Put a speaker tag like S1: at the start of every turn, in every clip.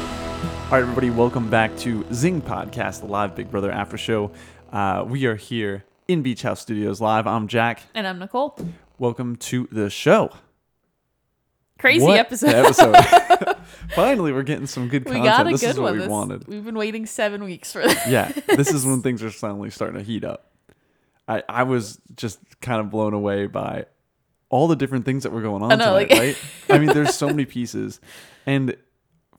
S1: All right, everybody, welcome back to Zing Podcast, the live Big Brother after show. Uh, we are here in Beach House Studios live. I'm Jack.
S2: And I'm Nicole.
S1: Welcome to the show.
S2: Crazy
S1: What
S2: episode.
S1: an episode. Finally, we're getting some good
S2: we
S1: content.
S2: got a
S1: this
S2: good
S1: is what
S2: one.
S1: we
S2: This-
S1: wanted.
S2: We've been waiting seven weeks for this.
S1: Yeah, this is when things are suddenly starting to heat up. I, I was just kind of blown away by all the different things that were going on
S2: know,
S1: tonight,
S2: like-
S1: right? I mean, there's so many pieces. And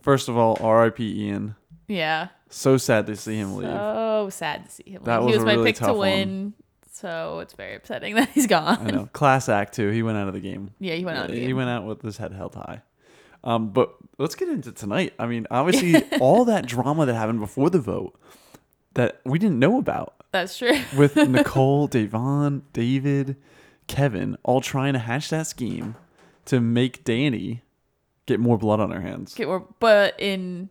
S1: first of all, RIP Ian.
S2: Yeah.
S1: So sad to see him leave.
S2: So sad to see him.
S1: That was
S2: leave. he
S1: a
S2: was my
S1: really
S2: pick to
S1: tough one.
S2: win. So it's very upsetting that he's
S1: I
S2: gone.
S1: know. Class act too. He went out of the game.
S2: Yeah, he went out. of the
S1: He
S2: game.
S1: went out with his head held high. Um, but let's get into tonight. I mean, obviously, all that drama that happened before the vote that we didn't know about
S2: That's true.
S1: with Nicole, Davon, David, Kevin, all trying to hatch that scheme to make Danny get more blood on her hands.
S2: Okay, we're- but in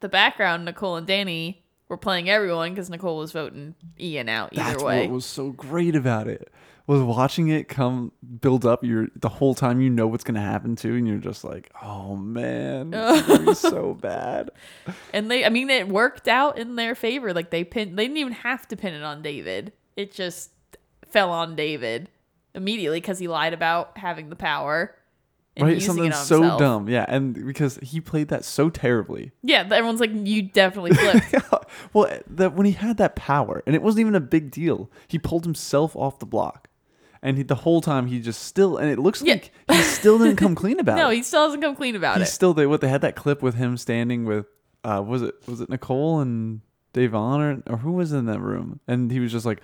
S2: the background, Nicole and Danny were playing everyone because Nicole was voting Ian out either
S1: That's
S2: way.
S1: what was so great about it was watching it come build up. You're the whole time you know what's gonna happen to, and you're just like, oh man, this is gonna be so bad.
S2: And they, I mean, it worked out in their favor. Like they pin, they didn't even have to pin it on David. It just fell on David immediately because he lied about having the power. And
S1: right?
S2: using it
S1: Something
S2: on
S1: so
S2: himself.
S1: dumb. Yeah, and because he played that so terribly.
S2: Yeah, but everyone's like, you definitely flipped.
S1: well, that when he had that power, and it wasn't even a big deal. He pulled himself off the block, and he, the whole time he just still, and it looks
S2: Yeah.
S1: like he still didn't come clean about
S2: no,
S1: it.
S2: he still hasn't come clean about
S1: He
S2: it.
S1: still they what they had that clip with him standing with, uh, was it was it Nicole and Davon or or who was in that room, and he was just like,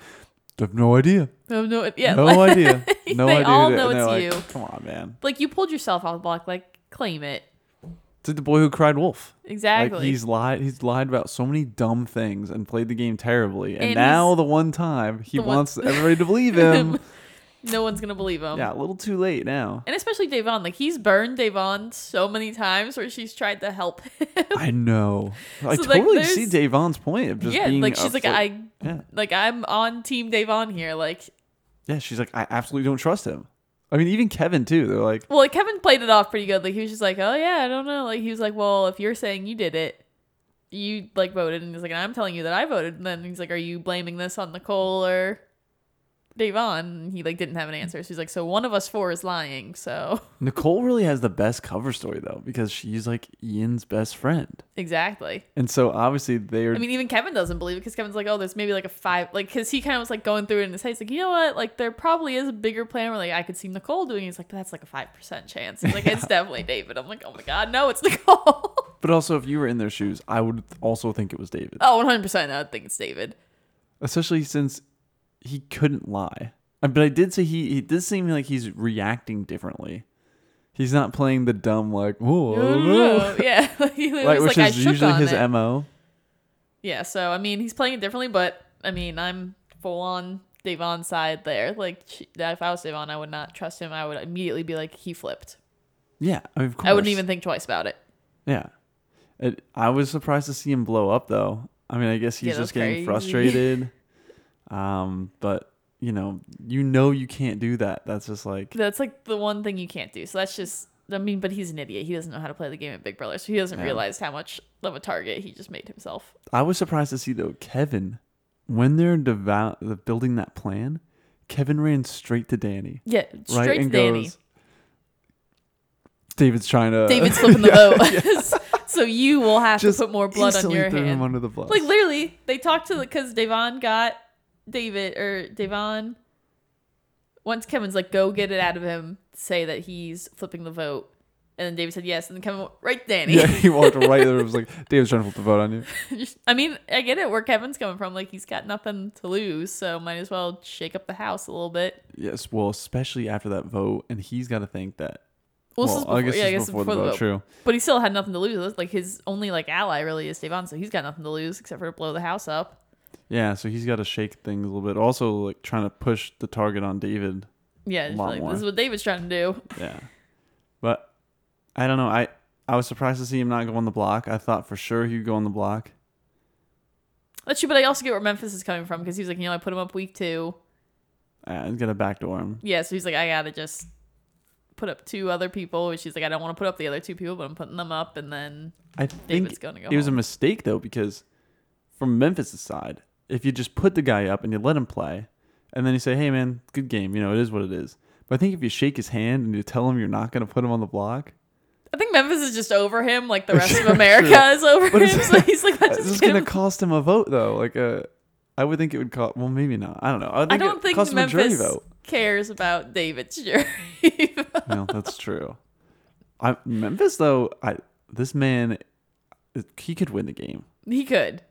S1: I have no idea,
S2: No, no, yeah,
S1: no
S2: like,
S1: idea, no
S2: They
S1: idea.
S2: all
S1: And
S2: know
S1: they're
S2: it's
S1: like, Come on, man.
S2: like you pulled yourself off the block. Like claim it
S1: It's like the boy who cried wolf.
S2: exactly.
S1: Like he's lied. He's lied about so many dumb things and played the game terribly. And,
S2: And
S1: now
S2: he's-
S1: the one time he
S2: the one-
S1: wants everybody to believe him.
S2: no one's gonna believe him.
S1: yeah, a little too late now.
S2: And especially Devon, like he's burned Devon so many times where she's tried to help him.
S1: I know. I
S2: So, like,
S1: totally see
S2: there's-
S1: Davon's point of just
S2: yeah,
S1: being.
S2: like she's like
S1: upset.
S2: I,
S1: Yeah,
S2: like I'm on Team Devon here. Like,
S1: yeah. She's like I absolutely don't trust him. I mean, even Kevin too. They're like,
S2: well, like Kevin played it off pretty good. Like he was just like, oh yeah, I don't know. Like he was like, well, if you're saying you did it, you like voted, and he's like, and I'm telling you that I voted. And then he's like, are you blaming this on Nicole or Devon? And he like didn't have an answer. So he's like, so one of us four is lying. So
S1: Nicole really has the best cover story though because she's like Ian's best friend,
S2: exactly.
S1: and so obviously they're.
S2: I mean, even Kevin doesn't believe it because Kevin's like, oh, there's maybe like a five, like, because he kind of was like going through it in his head. He's like, you know what? Like, there probably is a bigger plan where like I could see Nicole doing it. He's like, but that's like a 5% chance. He's like, it's definitely David. I'm like, oh my God, no, it's Nicole.
S1: but also, if you were in their shoes, I would also think it was David.
S2: oh, 100%. I would think it's David.
S1: especially since he couldn't lie. Uh, But I did say he he did seem like he's reacting differently. He's not playing the dumb like whoa, I don't know."
S2: yeah. Like, he
S1: like
S2: was
S1: which
S2: like, I
S1: is
S2: shook
S1: usually
S2: on
S1: his
S2: it.
S1: mo.
S2: yeah. So, I mean, he's playing it differently, but I mean, I'm full on Devon's side there. Like, she, that if I was Devon, I would not trust him. I would immediately be like, he flipped.
S1: Yeah, I mean, of course.
S2: I wouldn't even think twice about it.
S1: Yeah, it, I was surprised to see him blow up though. I mean, I guess he's
S2: Yeah,
S1: just
S2: that's
S1: getting
S2: crazy.
S1: frustrated. um, but you know, you know, you can't do that. That's just like
S2: That's like the one thing you can't do. So that's just. I mean, but he's an idiot. He doesn't know how to play the game at Big Brother, so he doesn't realize how much of a target he just made himself.
S1: I was surprised to see though Kevin when they're devout, building that plan. Kevin ran straight to Danny.
S2: Yeah,
S1: right
S2: straight to
S1: and
S2: Danny.
S1: goes David's trying to
S2: David's flipping the vote, so you will have
S1: just
S2: to put more blood on
S1: instantly
S2: your
S1: threw him
S2: hand.
S1: under the bus.
S2: Like literally, they talked to because Devon got David or Devon. Once Kevin's like, "Go get it out of him," say that he's flipping the vote, and then David said yes, and then Kevin went, right Danny.
S1: yeah, he walked right there. It was like David's trying to flip the vote on you.
S2: I mean, I get it where Kevin's coming from. Like, he's got nothing to lose, so might as well shake up the house a little bit.
S1: Yes, well, especially after that vote, and he's got to think that.
S2: Well, this
S1: well,
S2: is before,
S1: I guess
S2: yeah,
S1: it's
S2: I guess
S1: before, the vote. True.
S2: But he still had nothing to lose. Like, his only, like, ally really is Devon, so he's got nothing to lose except for to blow the house up.
S1: Yeah, so he's got to shake things a little bit. Also, like trying to push the target on David.
S2: Yeah, just
S1: Lot
S2: like,
S1: more.
S2: this is what David's trying to do.
S1: Yeah, but I don't know. I I was surprised to see him not go on the block. I thought for sure he'd go on the block.
S2: That's true, but I also get where Memphis is coming from because he was like, you know, I put him up week two.
S1: Uh, he's gonna backdoor him.
S2: Yeah, so he's like, I gotta just put up two other people. and She's like, I don't want to put up the other two people, but I'm putting them up. And then
S1: I think
S2: David's gonna go
S1: it was a
S2: home.
S1: mistake though because from Memphis' side, if you just put the guy up and you let him play, and then you say, "Hey man, good game," you know it is what it is. But I think if you shake his hand and you tell him you're not going to put him on the block,
S2: I think Memphis is just over him, like the rest
S1: Sure,
S2: of America
S1: sure.
S2: is over
S1: But
S2: him.
S1: it's-
S2: So he's like, let's
S1: this is
S2: just
S1: going to
S2: get him.
S1: cost him a vote though. Like uh, I would think it would cost. Well, maybe not. I don't know. I, would
S2: I
S1: think
S2: don't
S1: it
S2: think
S1: cost him a jury
S2: Memphis
S1: vote.
S2: cares about David's jury. vote.
S1: no, that's true. I Memphis though. I this man, he could win the game.
S2: he could.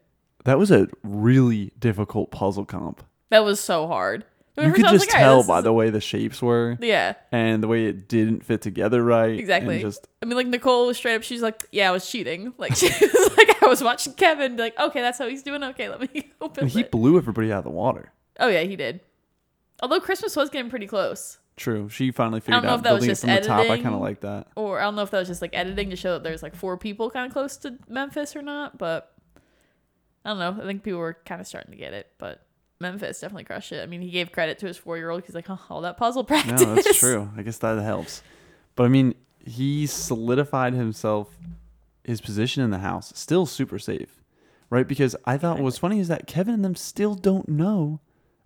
S1: That was a really difficult puzzle comp.
S2: That was so hard. I mean,
S1: You
S2: first
S1: could
S2: I was
S1: just
S2: like, all right,
S1: tell
S2: this
S1: by
S2: is-
S1: the way the shapes were.
S2: yeah.
S1: and the way it didn't fit together right.
S2: Exactly.
S1: And just
S2: I mean, like Nicole was straight up. She's like, "Yeah, I was cheating." Like she was like, "I was watching Kevin." Be like, okay, that's how he's doing. Okay, let me open
S1: and he
S2: it.
S1: blew everybody out of the water.
S2: oh yeah, he did. Although Christmas was getting pretty close,
S1: True. She finally figured
S2: know
S1: out
S2: if that was
S1: building it
S2: just
S1: from the top. I
S2: editing.
S1: kind of like that.
S2: or I don't know if that was just like editing to show that there's like four people kind of close to Memphis or not. But I don't know. I think people were kind of starting to get it, but Memphis definitely crushed it. I mean, he gave credit to his four year old. He's like, "Huh, all that puzzle
S1: No,
S2: practice."
S1: that's true. I guess that helps. But I mean, he solidified himself, his position in the house, still super safe, right? Because I thought what was funny is that Kevin and them still don't know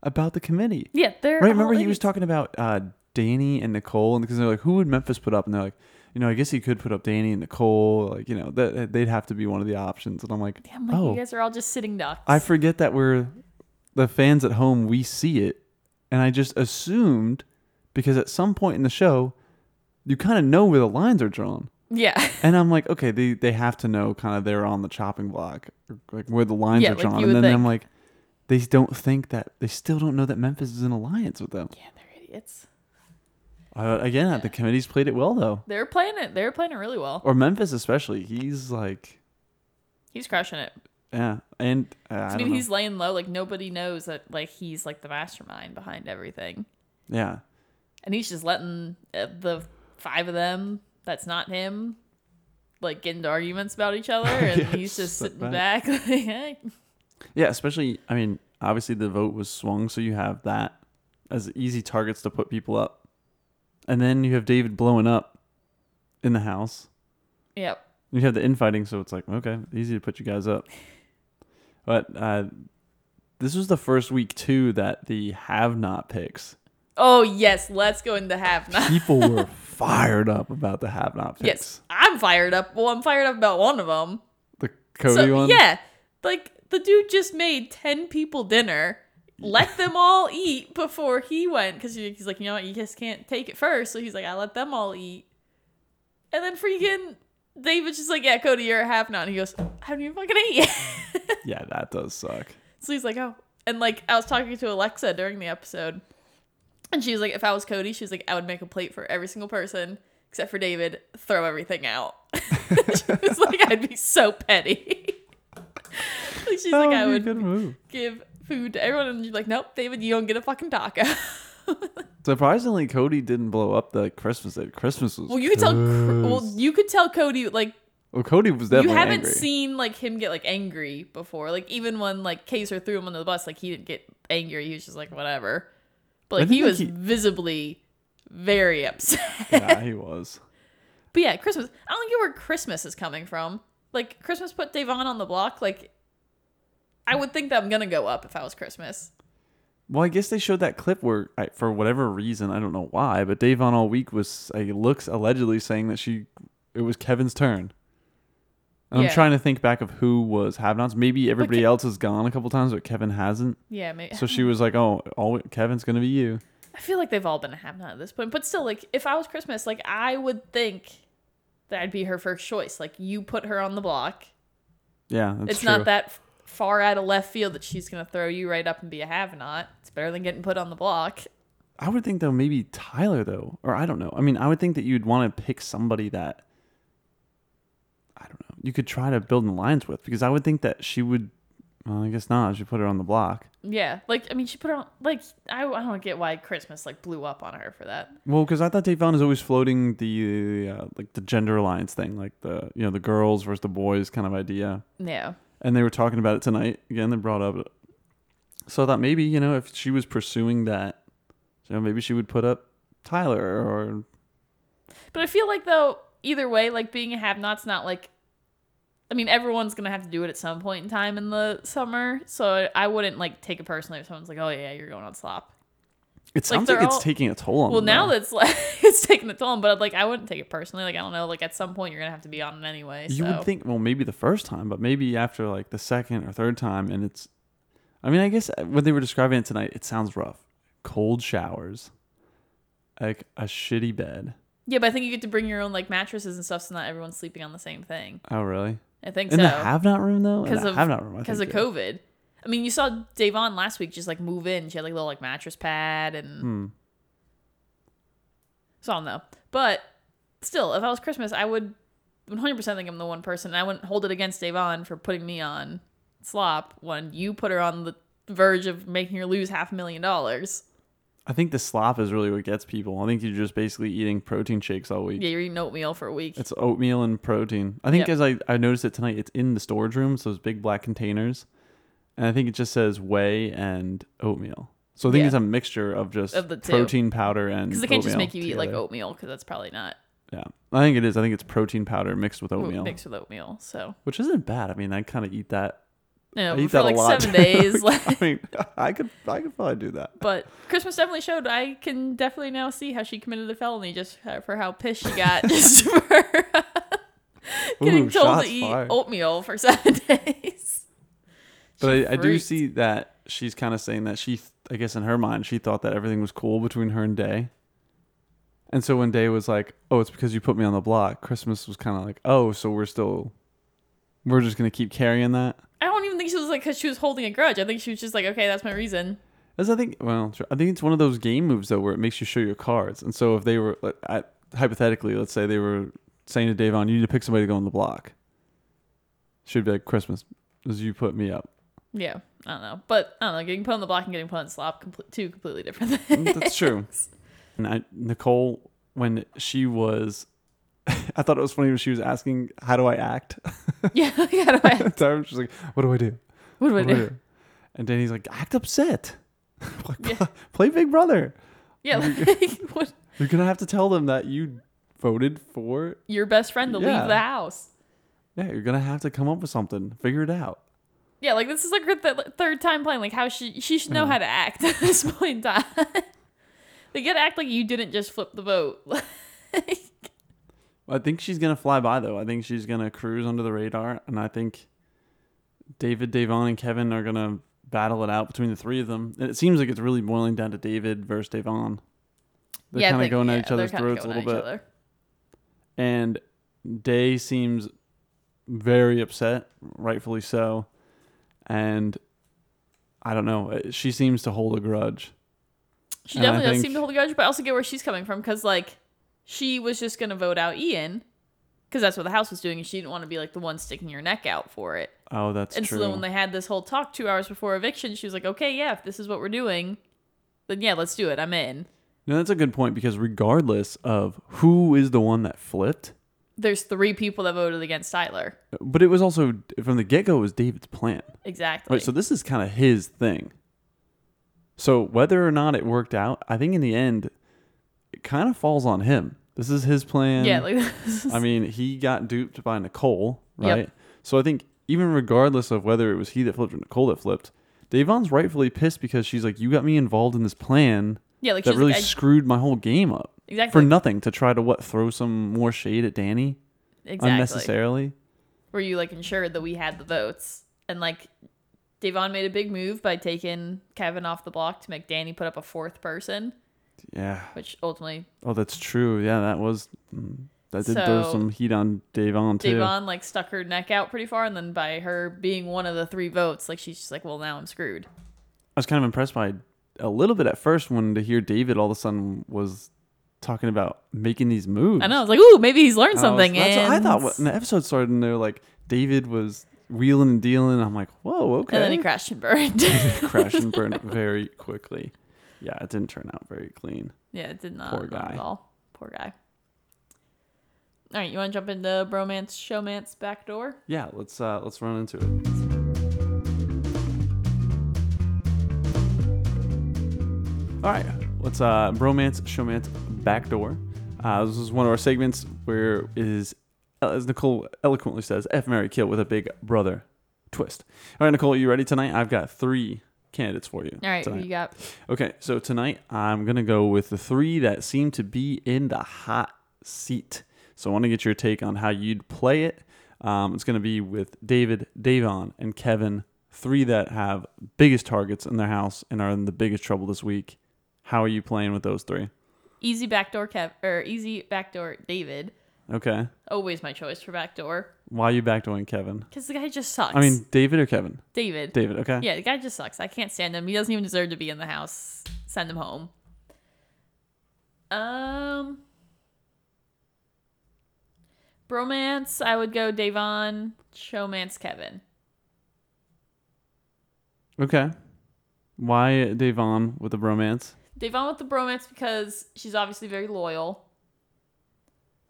S1: about the committee.
S2: Yeah, they're
S1: Right? Remember
S2: all
S1: he was
S2: idiots.
S1: talking about uh, Danny and Nicole, and because they're like, who would Memphis put up? And they're like, you know, I guess he could put up Danny and Nicole. Like, you know, that they'd have to be one of the options. And I'm like,
S2: Yeah, I'm like,
S1: oh,
S2: you guys are all just sitting ducks.
S1: I forget that we're the fans at home. We see it, and I just assumed because at some point in the show, you kind of know where the lines are drawn,
S2: yeah.
S1: and I'm like, okay, they they have to know kind of they're on the chopping block, or, like where the lines
S2: Yeah,
S1: are
S2: like
S1: drawn,
S2: you
S1: and
S2: would
S1: then I'm
S2: think.
S1: like, they don't think that they still don't know that Memphis is in alliance with them.
S2: Yeah, they're idiots.
S1: Uh, again, the committee's played it well though,
S2: They're playing it. They're playing it really well.
S1: or Memphis especially. He's like,
S2: He's crushing it.
S1: yeah, and uh, I,
S2: I,
S1: don't
S2: mean,
S1: know.
S2: he's laying low. Like nobody knows that like he's like the mastermind behind everything,
S1: yeah.
S2: and he's just letting uh, the five of them that's not him like get into arguments about each other, and
S1: Yeah,
S2: he's
S1: just
S2: just
S1: sit
S2: sitting back. like, hey.
S1: Yeah, especially I mean, obviously the vote was swung, so you have that as easy targets to put people up. And then you have David blowing up in the house.
S2: Yep.
S1: You have the infighting, so it's like, okay, easy to put you guys up. But uh this was the first week too that the have not picks.
S2: Oh yes, let's go into have not.
S1: People were fired up about the have not picks.
S2: Yes, I'm fired up. Well, I'm fired up about one of them.
S1: The Cody
S2: so,
S1: one.
S2: Yeah. Like the dude just made 10 people dinner, let them all eat before he went cuz he's like, "You know what? You just can't take it first. So he's like, "I let them all eat." And then freaking David's just like, "Yeah, Cody, you're a half not." And he goes, "I haven't even fucking ate yet."
S1: Yeah, that does suck.
S2: so he's like, "Oh." And like I was talking to Alexa during the episode. And she was like, "If I was Cody, she was like, I would make a plate for every single person except for David, throw everything out." she was like, "I'd be so petty." like she's like,
S1: That
S2: "I
S1: be a
S2: would
S1: good move.
S2: give food to everyone," and you're like, "Nope, David, you don't get a fucking taco."
S1: Surprisingly, Cody didn't blow up the Christmas. Eve. Christmas was
S2: well, you could tell. Cr-
S1: pissed.
S2: Well, you could tell Cody like
S1: Well, Cody was definitely
S2: you haven't
S1: angry.
S2: seen like him get like angry before. Like even when like Kaiser threw him under the bus, like he didn't get angry. He was just like whatever. But
S1: I
S2: like he
S1: think
S2: was
S1: he-
S2: visibly very upset.
S1: yeah, he was.
S2: But yeah, Christmas. I don't get where Christmas is coming from. Like Christmas put Davon on the block. Like I would think that I'm gonna go up if I was Christmas.
S1: Well, I guess they showed that clip where, I, for whatever reason, I don't know why, but Davon all week was uh, looks allegedly saying that she it was Kevin's turn. And
S2: Yeah.
S1: I'm trying to think back of who was have nots. Maybe everybody
S2: Ke-
S1: else has gone a couple times, but Kevin hasn't.
S2: Yeah, maybe.
S1: So she was like, "Oh, all, Kevin's gonna be you."
S2: I feel like they've all been a have not at this point. But still, like if I was Christmas, like I would think that would be her first choice. Like you put her on the block.
S1: Yeah, that's
S2: it's
S1: true.
S2: not that f- far out of left field that she's going to throw you right up and be a have not. It's better than getting put on the block.
S1: I would think though maybe Tyler though, or I don't know. I mean, I would think that you'd want to pick somebody that I don't know. You could try to build an alliance with because I would think that she would. Well, I guess not. She put her on the block.
S2: Yeah. Like, I mean, she put her on, like, I, I don't get why Christmas, like, blew up on her for that.
S1: Well, because I thought Davon is always floating the uh, like the gender alliance thing, like the you know the girls versus the boys kind of idea.
S2: Yeah.
S1: And they were talking about it tonight again. They brought up. So I thought maybe you know if she was pursuing that, you know maybe she would put up Tyler or
S2: But I feel like though, either way, like being a have-not's not like. I mean, everyone's gonna have to do it at some point in time in the summer, so I wouldn't like take it personally if someone's like, "Oh yeah, you're going on slop."
S1: It sounds
S2: they're
S1: like,
S2: all-
S1: it's taking a toll on
S2: Well,
S1: them,
S2: now
S1: though.
S2: that's like it's taking a toll, but like I wouldn't take it personally. Like I don't know, like at some point you're gonna have to be on it anyway. So.
S1: you would think well maybe the first time but maybe after like the second or third time and it's i mean i guess when they were describing it tonight it sounds rough cold showers like a shitty bed
S2: yeah, but I think you get to bring your own like mattresses and stuff, so not everyone's sleeping on the same thing.
S1: oh really
S2: I think
S1: in
S2: so.
S1: the have not room though In
S2: because
S1: the
S2: of
S1: have not room I
S2: because of
S1: think, yeah.
S2: COVID. I mean, you saw Davon last week just like move in. She had like a little like mattress pad and
S1: Hmm.
S2: so I don't know. But still, if I was Christmas, I would 100% think I'm the one person. I wouldn't hold it against Davon for putting me on slop when you put her on the verge of making her lose half a million dollars.
S1: i think the slop is really what gets people i think you're just basically eating protein shakes all week
S2: Yeah, you're eating oatmeal for a week.
S1: It's oatmeal and protein. I think
S2: Yep.
S1: as I, I noticed it tonight, it's in the storage room, so those big black containers. And I think it just says whey and oatmeal. So I think
S2: Yeah.
S1: it's a mixture of just
S2: Of the two.
S1: protein powder and
S2: Because they can't just
S1: oatmeal
S2: make you eat like
S1: together.
S2: oatmeal because that's probably not
S1: Yeah, I think it is. I think it's protein powder mixed with oatmeal,
S2: mixed with oatmeal. So,
S1: which isn't bad. I mean, I kind of eat that.
S2: no,
S1: I eat
S2: for
S1: that
S2: like
S1: a lot.
S2: seven days. like-
S1: I mean, I could I could probably do that.
S2: But Christmas definitely showed. I can definitely now see how she committed a felony just for how pissed she got just for getting
S1: Ooh,
S2: told
S1: shots
S2: to eat
S1: fired.
S2: oatmeal for seven days.
S1: But
S2: She
S1: I, I do
S2: freaked.
S1: see that she's kind of saying that she, th- I guess in her mind, she thought that everything was cool between her and Day. And so when Day was like, "Oh, it's because you put me on the block," Christmas was kind of like, "Oh, so we're still, we're just gonna keep carrying that."
S2: I don't even think she was like because she was holding a grudge. I think she was just like, okay, that's my reason.
S1: As I think, well, tr- I think it's one of those game moves though, where it makes you show your cards. And so if they were, like, I, hypothetically, let's say they were saying to Davon, "You need to pick somebody to go on the block," she'd be like, "Christmas, as you put me up."
S2: Yeah, I don't know, but I don't know. Getting put on the block and getting put on slop, complete, two completely different things.
S1: Mm, That's true. And I, Nicole, when she was, I thought it was funny when she was asking, "How do I act?"
S2: yeah, like, how do I?
S1: Tyra was just like, "What do I do?"
S2: What do I
S1: What do I
S2: do?
S1: do?" And Danny's like, "Act upset. like,
S2: Yeah.
S1: pl- Play Big Brother.
S2: Yeah, like, what,
S1: You're gonna have to tell them that you voted for.
S2: your best friend to
S1: Yeah.
S2: leave the house.
S1: Yeah, you're gonna have to come up with something. Figure it out."
S2: Yeah, like this is like her th- third time playing. Like how she she should know
S1: Mm.
S2: how to act at this point in time. they gotta act like you didn't just flip the vote. Like,
S1: I think she's gonna fly by though. I think she's gonna cruise under the radar, and I think David, Davon, and Kevin are gonna battle it out between the three of them. And it seems like it's really boiling down to David versus Davon. They're
S2: yeah, I
S1: kind of
S2: think-
S1: going
S2: yeah,
S1: at each
S2: they're
S1: other's
S2: kinda
S1: throats a
S2: going at
S1: little bit,
S2: each other.
S1: and Day seems very upset, rightfully so. And I don't know. eh, She seems to hold a grudge.
S2: She
S1: And I
S2: definitely does
S1: think-
S2: seem to hold a grudge, but I also get where she's coming from because like she was just gonna vote out Ian because that's what the house was doing, and she didn't want to be like the one sticking your neck out for it.
S1: Oh, that's
S2: and
S1: true.
S2: so then when they had this whole talk two hours before eviction, she was like, "Okay, yeah, if this is what we're doing, then yeah, let's do it. I'm in."
S1: no, that's a good point because regardless of who is the one that flipped,
S2: There's three people that voted against Tyler.
S1: But it was also from the get go was David's plan.
S2: Exactly.
S1: Right. So this is kind of his thing. So whether or not it worked out, I think in the end, it kind of falls on him. This is his plan.
S2: yeah, like this is-
S1: I mean, he got duped by Nicole,
S2: Yep.
S1: right? So I think even regardless of whether it was he that flipped or Nicole that flipped, Davon's rightfully pissed because she's like, "You got me involved in this plan
S2: yeah, like
S1: that
S2: she's
S1: really
S2: like, I-
S1: screwed my whole game up
S2: exactly
S1: for nothing to try to what throw some more shade at Danny
S2: exactly.
S1: unnecessarily."
S2: Where you like ensured that we had the votes and like Devon made a big move by taking Kevin off the block to make Danny put up a fourth person,
S1: Yeah.
S2: which ultimately
S1: Oh, that's true. Yeah, that was mm, that did throw
S2: So-
S1: some heat on Davon too.
S2: Devon like stuck her neck out pretty far, and then by her being one of the three votes, like she's just like, well, now I'm screwed.
S1: I was kind of impressed by a little bit at first when to hear David all of a sudden was talking about making these moves.
S2: I know. I was like, ooh, maybe he's learned
S1: And I was-
S2: something.
S1: Oh, that's what I
S2: and-
S1: thought when the episode started, and they were like, David was wheeling and dealing. I'm like, whoa, okay.
S2: And then he crashed and burned.
S1: crashed and burned very quickly. Yeah, it didn't turn out very clean.
S2: yeah, it did not.
S1: Poor
S2: not
S1: guy.
S2: At all. Poor guy. All right, you want to jump into bromance, showmance, backdoor?
S1: Yeah, let's uh let's run into it. All right, let's uh bromance, showmance, backdoor. Uh, Uh, this is one of our segments where it is, uh, as Nicole eloquently says, F Mary Kill with a big brother twist. All right, Nicole, you ready tonight? I've got three candidates for you.
S2: All right, who
S1: tonight.
S2: you got?
S1: Okay, so tonight I'm gonna go with the three that seem to be in the hot seat. So I want to get your take on how you'd play it. Um, it's gonna be with David, Davon, and Kevin, three that have biggest targets in their house and are in the biggest trouble this week. How are you playing with those three?
S2: Easy backdoor Kev or easy backdoor David.
S1: Okay,
S2: Always my choice for backdoor
S1: why are you backdooring Kevin?
S2: because the guy just sucks.
S1: I mean, David or Kevin?
S2: David.
S1: David. Okay.
S2: Yeah, the guy just sucks. I can't stand him. He doesn't even deserve to be in the house. Send him home. Um, bromance. I would go Davon. Showmance Kevin.
S1: Okay. Why Davon with the bromance?
S2: Davon with the bromance because she's obviously very loyal,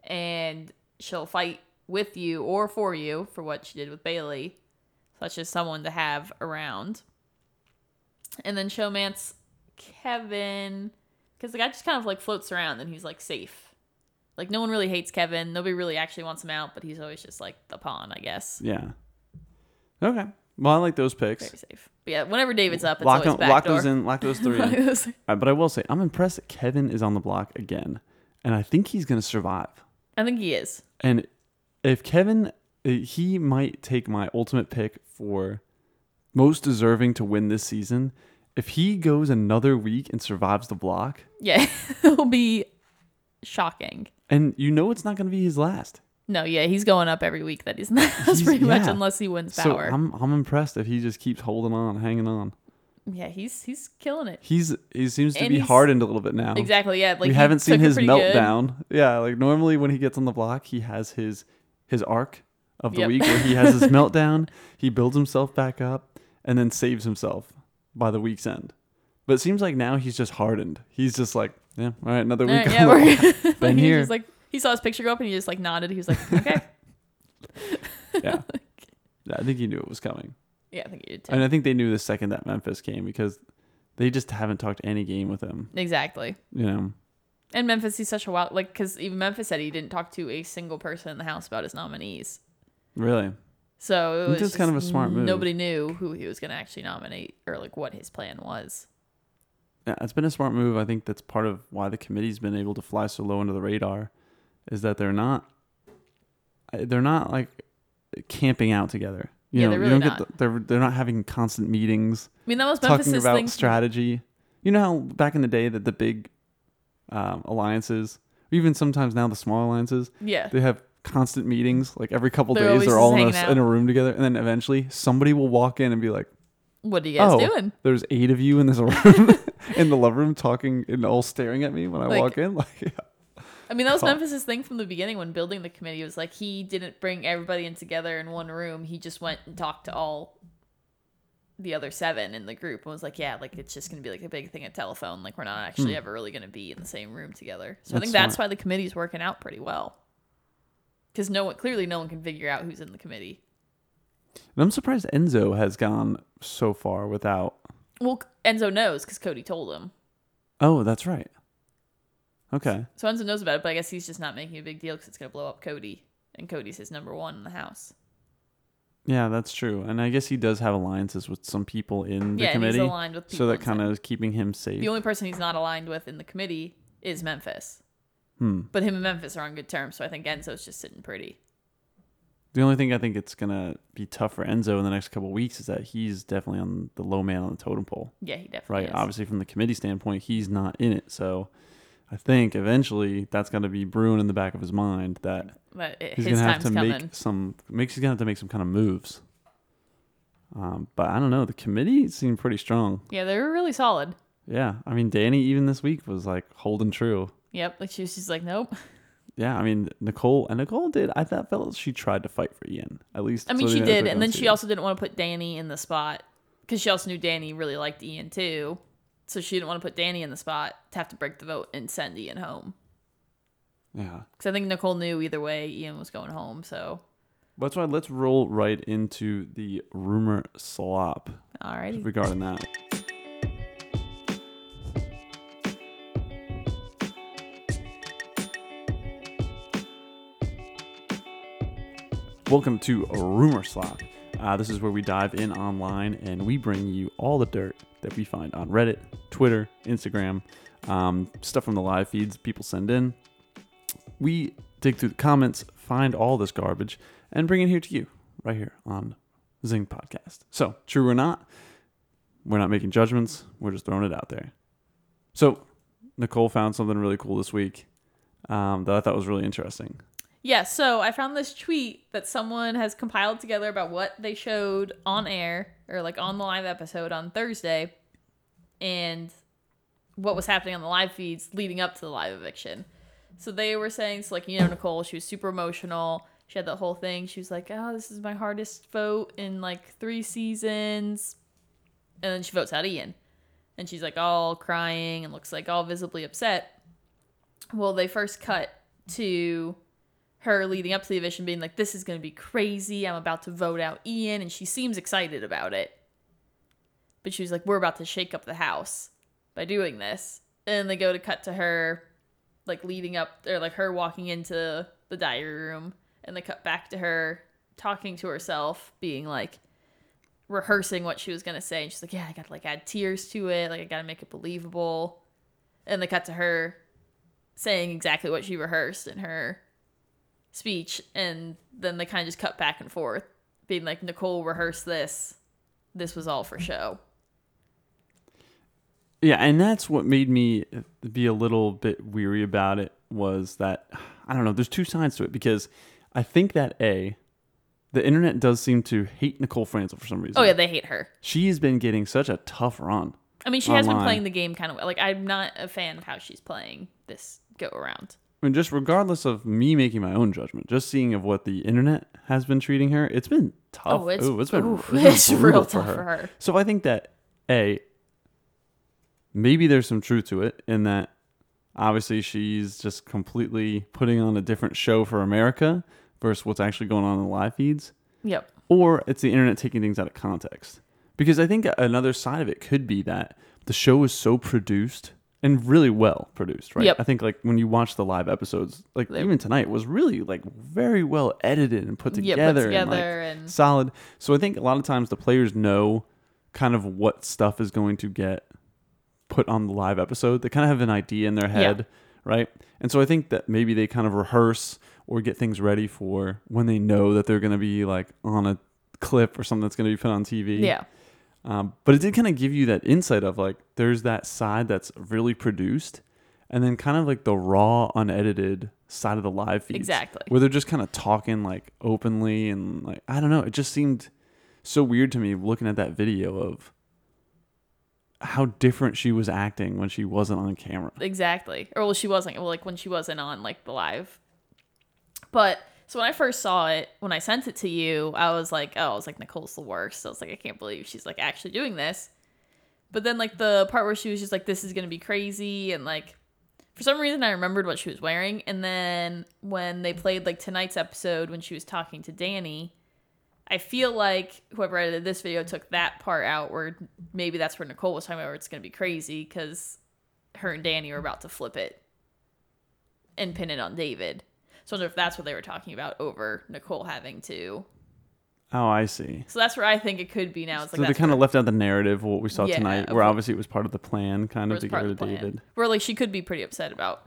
S2: and she'll fight with you or for you for what she did with Bailey. So that's just someone to have around. And then showmance Kevin because the guy just kind of like floats around and he's like safe. Like no one really hates Kevin. Nobody really actually wants him out, but he's always just like the pawn, I guess.
S1: Yeah. Okay. Well, I like those picks.
S2: Very safe. But yeah, whenever David's up, it's
S1: Lock,
S2: always
S1: them- lock
S2: backdoor.
S1: those in. Lock those three in. Uh, but I will say, I'm impressed that Kevin is on the block again, and I think he's going to survive.
S2: I think he is.
S1: And if Kevin, uh, he might take my ultimate pick for most deserving to win this season. If he goes another week and survives the block,
S2: Yeah, it'll be shocking.
S1: and you know it's not going to be his last.
S2: No, yeah, he's going up every week that he's not house
S1: He's-
S2: pretty much
S1: yeah.
S2: unless he wins
S1: So
S2: power.
S1: I'm I'm impressed if he just keeps holding on, hanging on.
S2: yeah, he's he's killing it.
S1: He's he seems to
S2: And
S1: be
S2: he's-
S1: hardened a little bit now.
S2: Exactly. Yeah, like
S1: Oh. we
S2: he
S1: haven't seen
S2: took it
S1: his
S2: pretty good.
S1: meltdown. Yeah, like normally when he gets on the block, he has his his arc of the
S2: Yep.
S1: week where he has his meltdown, he builds himself back up, and then saves himself by the week's end. But it seems like now he's just hardened. He's just like, yeah, all right, another
S2: All
S1: week.
S2: right,
S1: on
S2: yeah,
S1: the block.
S2: we're good.
S1: Been
S2: He was
S1: here.
S2: just like he saw his picture go up and he just like nodded. He was like, okay,
S1: yeah. yeah, I think he knew it was coming,
S2: yeah, I think you did too.
S1: and I think they knew the second that Memphis came because they just haven't talked any game with him.
S2: Exactly.
S1: You know,
S2: And Memphis, he's such a wild like because even Memphis said he didn't talk to a single person in the house about his nominees.
S1: really.
S2: So it
S1: think
S2: was
S1: that's kind of a
S2: just
S1: smart move.
S2: Nobody knew who he was going to actually nominate or like what his plan was.
S1: Yeah, it's been a smart move. I think that's part of why the committee's been able to fly so low under the radar, is that they're not, I- they're not like camping out together. You
S2: Yeah,
S1: know,
S2: they're
S1: you
S2: really
S1: don't get the, they're they're not having constant meetings
S2: I mean, that was
S1: talking
S2: Memphis's
S1: about
S2: thing.
S1: strategy. You know how back in the day that the big um, alliances, or even sometimes now the small alliances,
S2: yeah,
S1: they have constant meetings. Like every couple
S2: They're
S1: days,
S2: always
S1: they're
S2: just
S1: all in a,
S2: hanging
S1: s-
S2: out.
S1: in a room together, and then eventually somebody will walk in and be like.
S2: what are you guys
S1: oh,
S2: doing?
S1: there's eight of you in this room, in the love room, talking and all staring at me when I
S2: Like-
S1: walk in. Like, yeah.
S2: I mean, that was
S1: Cool.
S2: Memphis's thing from the beginning when building the committee. It was like he didn't bring everybody in together in one room. He just went and talked to all the other seven in the group and was like, "Yeah, like it's just gonna be like a big thing at telephone. Like we're not actually ever really gonna be in the same room together." So I
S1: Hmm. That's
S2: think that's why the committee's working out pretty well. Because no one clearly no one can figure out who's in the committee.
S1: And I'm surprised Enzo has gone so far without.
S2: Well, Enzo knows because Cody told him.
S1: Oh, that's right. Okay.
S2: So Enzo knows about it, but I guess he's just not making a big deal because it's gonna blow up Cody, and Cody's his number one in the house.
S1: Yeah, that's true. And I guess he does have alliances with some people in the
S2: yeah,
S1: committee.
S2: and he's aligned with people.
S1: so that
S2: and
S1: kind of is keeping him safe.
S2: The only person he's not aligned with in the committee is Memphis.
S1: Hmm.
S2: But him and Memphis are on good terms, so I think Enzo's just sitting pretty.
S1: the only thing I think it's going to be tough for Enzo in the next couple of weeks is that he's definitely on the low man on the totem pole.
S2: Yeah, he definitely
S1: right?
S2: is.
S1: Obviously, from the committee standpoint, he's not in it. So I think eventually that's going to be brewing in the back of his mind that
S2: But it,
S1: he's
S2: his
S1: going to have
S2: time's
S1: to
S2: coming.
S1: make some makes he's going to have to make some kind of moves. Um, but I don't know. The committee seemed pretty strong.
S2: Yeah, they're really solid.
S1: Yeah, I mean, Danny even this week was like holding true.
S2: Yep, like she was just like, nope.
S1: Yeah, I mean Nicole and Nicole did. I thought felt she tried to fight for Ian at least.
S2: I mean,
S1: so
S2: she
S1: they
S2: did,
S1: put
S2: and then
S1: Vince
S2: she
S1: Ian.
S2: also didn't want to put Danny in the spot because she also knew Danny really liked Ian too, so she didn't want to put Danny in the spot to have to break the vote and send Ian home.
S1: yeah.
S2: Because I think Nicole knew either way Ian was going home, so
S1: That's why let's roll right into the rumor slop
S2: alrighty.
S1: regarding that. Welcome to Rumor Slop. Uh, this is where we dive in online and we bring you all the dirt that we find on Reddit, Twitter, Instagram, um, stuff from the live feeds people send in. We dig through the comments, find all this garbage, and bring it here to you right here on Zing Podcast. So, true or not, we're not making judgments, we're just throwing it out there. So, Nicole found something really cool this week um, that I thought was really interesting.
S2: Yeah, so I found this tweet that someone has compiled together about what they showed on air or like on the live episode on Thursday and what was happening on the live feeds leading up to the live eviction. So they were saying, so like, you know, Nicole, she was super emotional. She had that whole thing. She was like, oh, this is my hardest vote in like three seasons. And then she votes out Ian. And she's like all crying and looks like all visibly upset. Well, they first cut to her leading up to the eviction being like, this is going to be crazy. I'm about to vote out Ian. And she seems excited about it. But she was like, we're about to shake up the house by doing this. And they go to cut to her, like leading up, or like her walking into the diary room. And they cut back to her talking to herself, being like, rehearsing what she was going to say. And she's like, yeah, I got to like add tears to it. Like, I got to make it believable. And they cut to her saying exactly what she rehearsed in her speech and then they kind of just cut back and forth being like nicole rehearsed this this was all for show
S1: Yeah, and that's what made me be a little bit weary about it was that I don't know, there's two sides to it because I think that A, the internet does seem to hate Nicole Franzel for some reason.
S2: oh yeah they hate her
S1: She's been getting such a tough run.
S2: i mean she has been
S1: Online.
S2: playing the game kind of like i'm not a fan of how she's playing this go around
S1: I mean, just regardless of me making my own judgment, just seeing of what the internet has been treating her, it's been tough.
S2: Oh, it's-
S1: Ooh, it's been,
S2: ooh,
S1: it's been
S2: it's real
S1: brutal
S2: tough for her.
S1: So I think that a maybe there's some truth to it in that obviously she's just completely putting on a different show for America versus what's actually going on in the live feeds
S2: yep
S1: or it's the internet taking things out of context. Because I think another side of it could be that the show is so produced and really well produced, right?
S2: Yep.
S1: I think like when you watch the live episodes, like even tonight was really like very well edited and put
S2: Yeah,
S1: together,
S2: put
S1: and, like,
S2: together and-
S1: solid. So I think a lot of times the players know kind of what stuff is going to get put on the live episode. They kind of have an idea in their head, right? And so I think that maybe they kind of rehearse or get things ready for when they know that they're going to be like on a clip or something that's going to be put on TV.
S2: yeah
S1: Um, but it did kind of give you that insight of like there's that side that's really produced and then kind of like the raw, unedited side of the live feeds.
S2: Exactly.
S1: Where they're just kind of talking like openly and like, I don't know. It just seemed so weird to me looking at that video of how different she was acting when she wasn't on camera.
S2: Exactly. Or well, she wasn't. Well, like when she wasn't on like the live. But so when I first saw it, when I sent it to you, I was like, oh, I was like Nicole's the worst. I was like, I can't believe she's like actually doing this. But then like the part where she was just like, this is gonna be crazy, and like for some reason I remembered what she was wearing. And then when they played like tonight's episode when she was talking to Danny. I feel like whoever edited this video took that part out, where maybe that's where Nicole was talking about, where it's going to be crazy because her and Danny were about to flip it and pin it on David. So I wonder if that's what they were talking about over Nicole having to.
S1: Oh, I see.
S2: So that's where I think it could be now. It's like
S1: so they
S2: that's
S1: kind of left out the narrative of what we saw
S2: Yeah,
S1: tonight,
S2: of
S1: where
S2: what-
S1: obviously it was part of the plan, kind
S2: where
S1: of
S2: it's
S1: to get
S2: part
S1: rid
S2: of
S1: of
S2: the plan.
S1: David.
S2: Where like she could be pretty upset about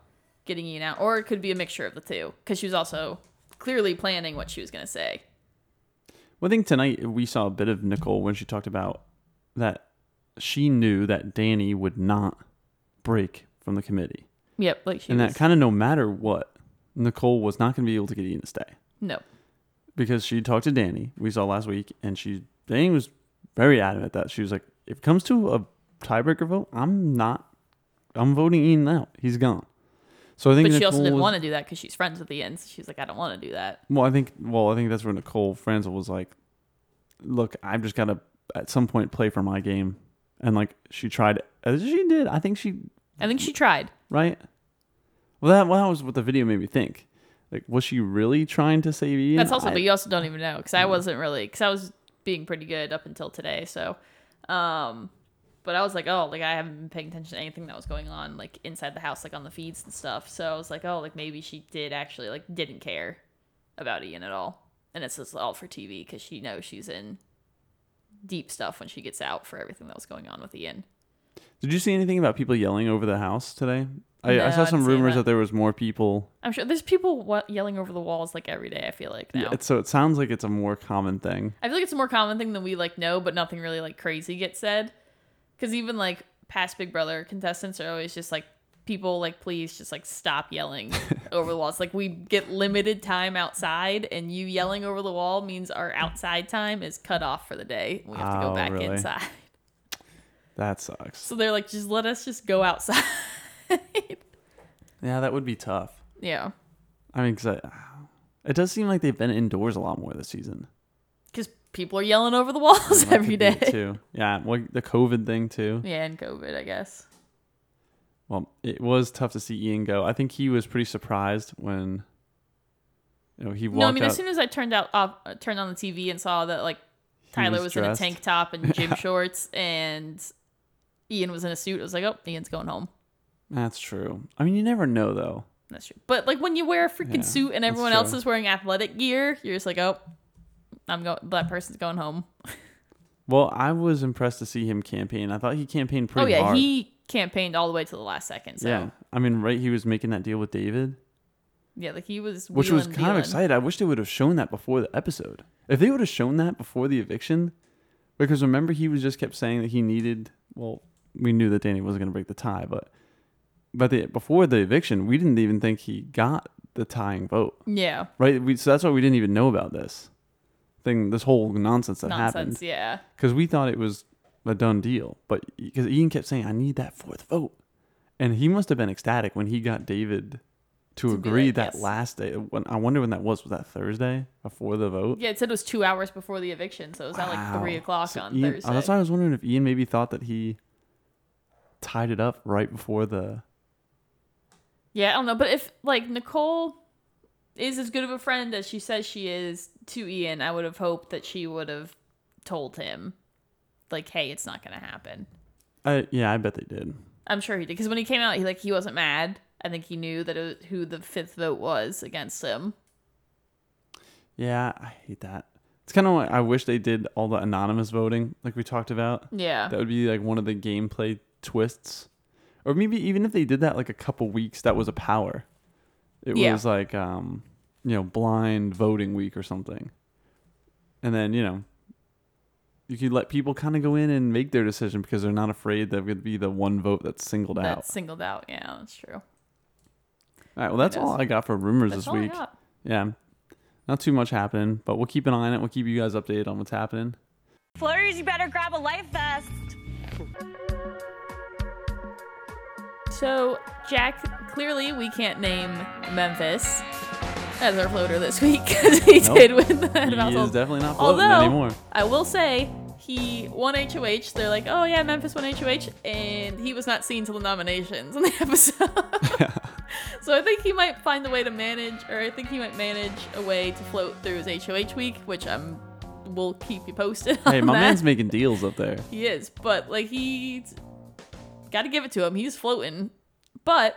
S2: getting Ian out, or it could be a mixture of the two because she was also clearly planning what she was going to say.
S1: One thing tonight we saw a bit of Nicole when she talked about that she knew that Danny would not break from the committee,
S2: Yep, like she
S1: and
S2: was.
S1: that kind of no matter what, Nicole was not going to be able to get Ian to stay
S2: no,
S1: because she talked to Danny. We saw last week, and she Danny was very adamant that she was like, if it comes to a tiebreaker vote, I'm not, I'm voting Ian out. He's gone. So I think
S2: but she also
S1: Nicole
S2: didn't
S1: was-
S2: want to do that because she's friends with Ian. So she's like, I don't want to do that.
S1: Well, I think well, I think that's where Nicole Franzel was like, "Look, I've just got to at some point play for my game," and like she tried as she did. I think she
S2: I think she tried.
S1: right. Well, that well, that was what the video made me think. Like, was she really trying to save Ian?
S2: That's also,
S1: I-
S2: but you also don't even know because I wasn't really because I was being pretty good up until today. So, um, but I was like, oh, like I haven't been paying attention to anything that was going on like inside the house, like on the feeds and stuff. So I was like, oh, like maybe she did actually like didn't care about Ian at all. and it's just all for TV because she knows she's in deep stuff when she gets out for everything that was going on with Ian.
S1: Did you see anything about people yelling over the house today? I,
S2: No,
S1: I
S2: I
S1: saw
S2: didn't
S1: some
S2: see
S1: rumors
S2: that.
S1: that there was more people.
S2: I'm sure there's people wa- yelling over the walls like every day. I feel like now.
S1: Yeah, it's- so it sounds like it's a more common thing.
S2: I feel like it's a more common thing than we like know, but nothing really like crazy gets said. Because even like past Big Brother contestants are always just like people like please just like stop yelling over the walls. Like we get limited time outside, and you yelling over the wall means our outside time is cut off for the day. We have to
S1: Oh,
S2: go back
S1: really?
S2: inside.
S1: That sucks.
S2: So they're like, just let us just go outside.
S1: Yeah, that would be tough.
S2: yeah,
S1: I mean, 'cause I, it does seem like they've been indoors a lot more this season.
S2: because people are yelling over the walls
S1: That could
S2: every
S1: be it,
S2: day.
S1: too. Yeah, well, the COVID thing too.
S2: Yeah, and COVID, I guess.
S1: Well, it was tough to see Ian go. I think he was pretty surprised when you know he walked
S2: No, I mean,
S1: out.
S2: as soon as I turned out off, uh, turned on the TV and saw that like Tyler
S1: was
S2: was, in a
S1: dressed.
S2: tank top and gym shorts, and Ian was in a suit, I was like, oh, Ian's going home.
S1: That's true. I mean, you never know though.
S2: That's true. But like when you wear a freaking
S1: Yeah,
S2: suit and
S1: that's
S2: everyone else
S1: true.
S2: is wearing athletic gear, you're just like, oh, I'm going. That person's going home.
S1: Well, I was impressed to see him campaign. I thought he campaigned
S2: oh
S1: pretty
S2: yeah,
S1: hard.
S2: he campaigned all the way to the last second. So
S1: Yeah,
S2: yeah,
S1: I mean, right? He was making that deal with David,
S2: like he was,
S1: which was
S2: wheeling,
S1: kind of
S2: dealing.
S1: excited. I wish they would have shown that before the episode. If they would have shown that before the eviction, because remember he was just kept saying that he needed. Well, we knew that Danny wasn't going to break the tie, but but the, before the eviction, we didn't even think he got the tying vote,
S2: Yeah,
S1: right? We, so that's why we didn't even know about this thing, this whole nonsense that
S2: nonsense.
S1: happened.
S2: Yeah,
S1: because we thought it was a done deal. But because Ian kept saying, "I need that fourth vote," and he must have been ecstatic when he got David to,
S2: To be
S1: agree
S2: like,
S1: that
S2: yes.
S1: last day. When I wonder when that was. Was that Thursday before the vote?
S2: yeah. It said it was two hours before the eviction, so it was at
S1: Wow.
S2: like three o'clock
S1: So
S2: on
S1: Ian-
S2: Thursday.
S1: oh, that's why I was wondering if Ian maybe thought that he tied it up right before the.
S2: Yeah, I don't know, but if like Nicole is as good of a friend as she says she is to Ian, I would have hoped that she would have told him, like, "Hey, it's not gonna happen."
S1: I, yeah, I bet they did.
S2: I'm sure he did because when he came out, he like he wasn't mad. I think he knew that it was who the fifth vote was against him.
S1: Yeah, I hate that. It's kind of like I wish they did all the anonymous voting like we talked about.
S2: Yeah,
S1: That would be like one of the gameplay twists. Or maybe even if they did that like a couple weeks, that was a power. It
S2: Yeah.
S1: was like um, you know, blind voting week or something. And then, you know, you could let people kind of go in and make their decision because they're not afraid they're going to be the one vote that's singled out.
S2: that's singled out. Yeah, that's true.
S1: All right, well, that's
S2: It
S1: all I got for rumors
S2: That's
S1: this
S2: all I
S1: week.
S2: got.
S1: Yeah. Not too much happening, but we'll keep an eye on it. We'll keep you guys updated on what's happening.
S3: Flurries, you better grab a life vest.
S2: So Jack, clearly we can't name Memphis as our floater this week because he
S1: Nope.
S2: did win the head
S1: He is
S2: of household.
S1: definitely not floating
S2: Although
S1: anymore.
S2: I will say he won HOH. They're like, oh yeah, Memphis won HOH, and he was not seen till the nominations in the episode. so I think he might find a way to manage, or I think he might manage a way to float through his HOH week, which I'm will keep you posted.
S1: Hey,
S2: on
S1: my
S2: that.
S1: man's making deals up there.
S2: He is, but like he's got to give it to him. He's floating, but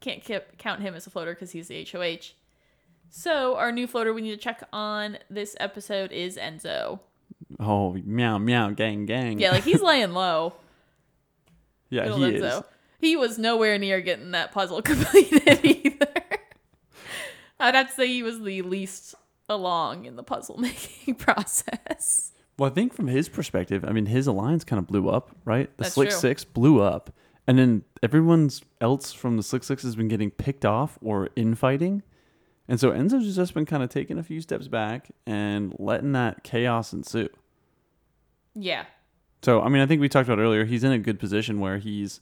S2: can't ki- count him as a floater because he's the HOH. So our new floater we need to check on this episode is Enzo.
S1: Oh, meow, meow, gang, gang.
S2: Yeah, like he's laying low.
S1: yeah,
S2: Little
S1: Uh, he is.
S2: Enzo. He was nowhere near getting that puzzle completed either. I'd have to say he was the least along in the puzzle making process.
S1: Well, I think from his perspective, I mean, his alliance kind of blew up, right? The
S2: That's
S1: Slick
S2: true.
S1: Six blew up, and then everyone's else from the Slick Six has been getting picked off or infighting, and so Enzo's just been kind of taking a few steps back and letting that chaos ensue.
S2: Yeah.
S1: So, I mean, I think we talked about earlier. He's in a good position where he's